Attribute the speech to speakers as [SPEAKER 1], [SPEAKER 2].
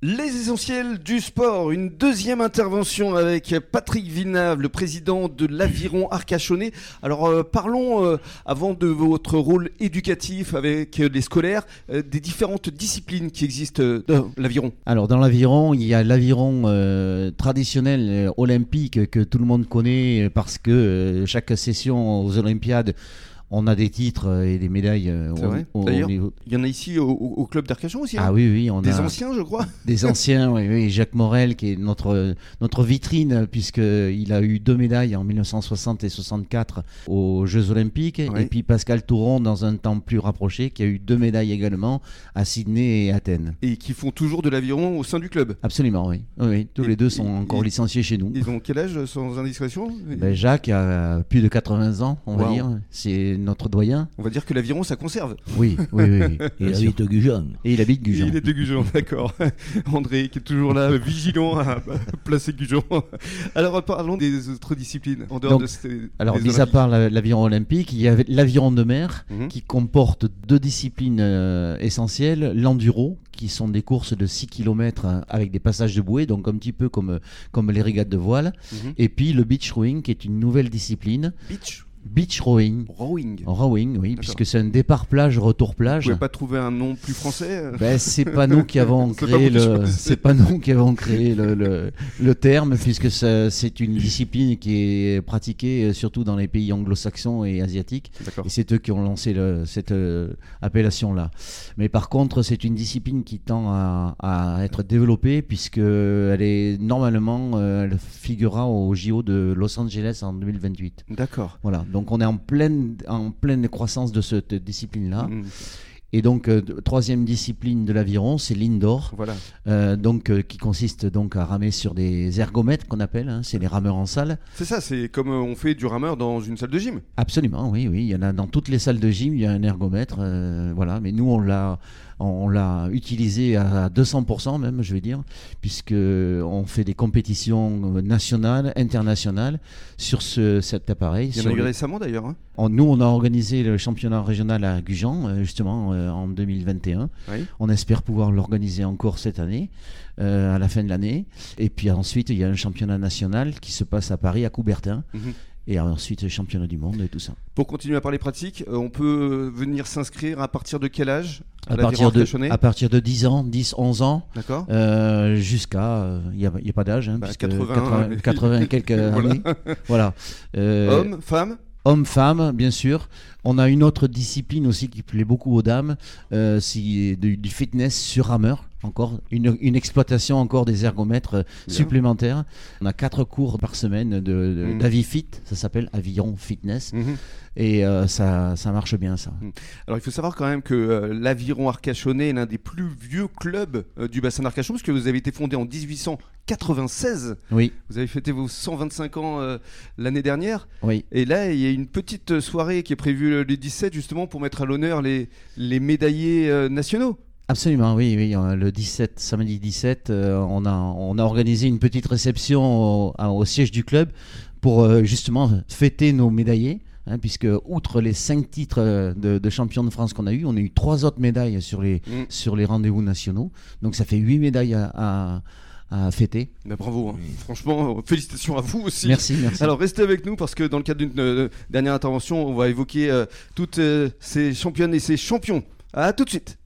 [SPEAKER 1] Les essentiels du sport, une deuxième intervention avec Patrick Villeneuve, le président de l'Aviron Arcachonnais. Alors euh, parlons, euh, avant de votre rôle éducatif avec euh, les scolaires, euh, des différentes disciplines qui existent euh, dans l'aviron.
[SPEAKER 2] Alors dans l'aviron, il y a l'aviron euh, traditionnel euh, olympique que tout le monde connaît euh, parce que euh, chaque session aux Olympiades, on a des titres euh, et des médailles. euh,
[SPEAKER 1] C'est
[SPEAKER 2] au-
[SPEAKER 1] vrai.
[SPEAKER 2] au- au
[SPEAKER 1] D'ailleurs,
[SPEAKER 2] niveau-
[SPEAKER 1] Il y en a ici au, au- au club d'Arcachon aussi, hein
[SPEAKER 2] Ah oui, oui, on
[SPEAKER 1] des
[SPEAKER 2] a
[SPEAKER 1] anciens je crois.
[SPEAKER 2] des anciens, oui, oui, Jacques Morel qui est notre, euh, notre vitrine puisqu'il a eu deux médailles en 1960 et 64 aux Jeux Olympiques
[SPEAKER 1] Oui.
[SPEAKER 2] et puis Pascal Touron dans un temps plus rapproché qui a eu deux médailles également à Sydney et Athènes.
[SPEAKER 1] Et qui font toujours de l'aviron au sein du club.
[SPEAKER 2] Absolument, oui. Oui, oui, tous
[SPEAKER 1] Et-
[SPEAKER 2] les deux
[SPEAKER 1] et-
[SPEAKER 2] sont encore
[SPEAKER 1] et-
[SPEAKER 2] licenciés chez nous.
[SPEAKER 1] Ils ont quel âge sans indiscrétion
[SPEAKER 2] Ben, Jacques a plus de 80 ans, on va
[SPEAKER 1] Wow.
[SPEAKER 2] dire. C'est notre doyen.
[SPEAKER 1] On va dire que l'aviron ça conserve.
[SPEAKER 2] Oui, oui, oui. oui, bien
[SPEAKER 3] Et
[SPEAKER 2] sûr.
[SPEAKER 3] habite Gujan.
[SPEAKER 2] Et il habite Gujan.
[SPEAKER 1] Il est de Gujan, d'accord. André qui est toujours là, vigilant à placer Gujan. Alors parlons des autres disciplines en dehors
[SPEAKER 2] Donc,
[SPEAKER 1] de ces.
[SPEAKER 2] Alors,
[SPEAKER 1] des
[SPEAKER 2] mis à
[SPEAKER 1] Olympiques.
[SPEAKER 2] part la- l'aviron olympique, il y avait l'aviron de mer
[SPEAKER 1] Mhm.
[SPEAKER 2] qui comporte deux disciplines euh, essentielles. L'enduro, qui sont des courses de 6 km avec des passages de bouée, donc un petit peu comme, comme les régates de voile.
[SPEAKER 1] Mhm.
[SPEAKER 2] Et puis le beach rowing, qui est une nouvelle discipline.
[SPEAKER 1] Beach
[SPEAKER 2] Beach rowing.
[SPEAKER 1] rowing.
[SPEAKER 2] Rowing, oui,
[SPEAKER 1] D'accord.
[SPEAKER 2] puisque c'est un départ plage, retour
[SPEAKER 1] Vous
[SPEAKER 2] plage.
[SPEAKER 1] pouvez pas trouver un nom plus français euh
[SPEAKER 2] Ben, c'est pas nous qui avons
[SPEAKER 1] C'est pas
[SPEAKER 2] créé
[SPEAKER 1] vous qui
[SPEAKER 2] le,
[SPEAKER 1] choisissez.
[SPEAKER 2] c'est pas nous qui avons créé le, le, le terme puisque ça- c'est une discipline qui est pratiquée euh, surtout dans les pays anglo-saxons et asiatiques
[SPEAKER 1] D'accord.
[SPEAKER 2] et c'est eux qui ont lancé le- cette appellation là. Mais par contre, c'est une discipline qui tend à, à être développée puisque euh, elle est normalement euh, elle figurera au JO de Los Angeles en 2028.
[SPEAKER 1] D'accord.
[SPEAKER 2] Voilà, donc on est en pleine en pleine croissance de cette discipline là.
[SPEAKER 1] Mm.
[SPEAKER 2] Et donc, euh, de- troisième discipline de l'aviron, c'est l'indoor,
[SPEAKER 1] Voilà.
[SPEAKER 2] euh, donc, euh, qui consiste donc à ramer sur des ergomètres qu'on appelle, hein, c'est les rameurs en salle.
[SPEAKER 1] C'est ça, c'est comme euh, on fait du rameur dans une salle de gym.
[SPEAKER 2] Absolument, oui, oui, il y en a dans toutes les salles de gym, il y a un ergomètre, euh, voilà, mais nous on l'a on l'a utilisé à 200% même, je vais dire, puisque on fait des compétitions euh, nationales, internationales sur ce, cet appareil.
[SPEAKER 1] Il y en
[SPEAKER 2] sur
[SPEAKER 1] a eu
[SPEAKER 2] le-
[SPEAKER 1] récemment d'ailleurs. hein.
[SPEAKER 2] En- nous, on a organisé le championnat régional à Gujan, euh, justement, euh, en 2021.
[SPEAKER 1] Oui.
[SPEAKER 2] On espère pouvoir l'organiser encore cette année, euh, à la fin de l'année. Et puis ensuite, il y a un championnat national qui se passe à Paris, à Coubertin.
[SPEAKER 1] Mhm.
[SPEAKER 2] Et ensuite, le championnat du monde et tout ça.
[SPEAKER 1] Pour continuer à parler pratique, euh, on peut euh, venir s'inscrire à partir de quel âge
[SPEAKER 2] À,
[SPEAKER 1] l'aviron
[SPEAKER 2] partir de,
[SPEAKER 1] Arcachonnais
[SPEAKER 2] à partir de 10 ans, 10, 11 ans,
[SPEAKER 1] D'accord.
[SPEAKER 2] euh, jusqu'à. euh, Il n'y a, il y a pas d'âge, hein,
[SPEAKER 1] Bah,
[SPEAKER 2] puisque
[SPEAKER 1] 80,
[SPEAKER 2] 80,
[SPEAKER 1] hein.
[SPEAKER 2] 80 et quelques
[SPEAKER 1] Voilà.
[SPEAKER 2] années. Voilà. Euh,
[SPEAKER 1] Homme, femme,
[SPEAKER 2] Hommes-femmes, bien sûr. On a une autre discipline aussi qui plaît beaucoup aux dames, euh, c'est du, du fitness sur rameur. Encore une, une exploitation encore des ergomètres euh,
[SPEAKER 1] Bien.
[SPEAKER 2] supplémentaires. On a quatre cours par semaine de- de-
[SPEAKER 1] Mm.
[SPEAKER 2] d'Avi Fit, ça s'appelle Aviron Fitness,
[SPEAKER 1] Mhm.
[SPEAKER 2] et euh, ça, ça marche bien ça.
[SPEAKER 1] Alors il faut savoir quand même que euh, l'Aviron Arcachonnais est l'un des plus vieux clubs euh, du bassin d'Arcachon, puisque vous avez été fondé en 1896.
[SPEAKER 2] Oui,
[SPEAKER 1] Vous avez fêté vos 125 ans euh, l'année dernière.
[SPEAKER 2] oui.
[SPEAKER 1] Et là, il y a une petite euh, soirée qui est prévue euh, le 17, justement, pour mettre à l'honneur les, les médaillés euh, nationaux.
[SPEAKER 2] Absolument, oui, oui. euh, Le 17, samedi 17, euh, on, a, on a organisé une petite réception au, à- au siège du club pour euh, justement fêter nos médaillés. hein, puisque outre les cinq titres euh, de, de champion de France qu'on a eu, on a eu trois autres médailles sur les,
[SPEAKER 1] Mm.
[SPEAKER 2] sur les rendez-vous nationaux. Donc ça fait huit médailles à, à- à fêter.
[SPEAKER 1] Bah, bravo, hein.
[SPEAKER 3] Oui.
[SPEAKER 1] franchement, euh, félicitations à vous aussi.
[SPEAKER 2] Merci, merci.
[SPEAKER 1] Alors restez avec nous parce que dans le cadre d'une euh, dernière intervention, on va évoquer euh, toutes euh, ces championnes et ces champions. À tout de suite.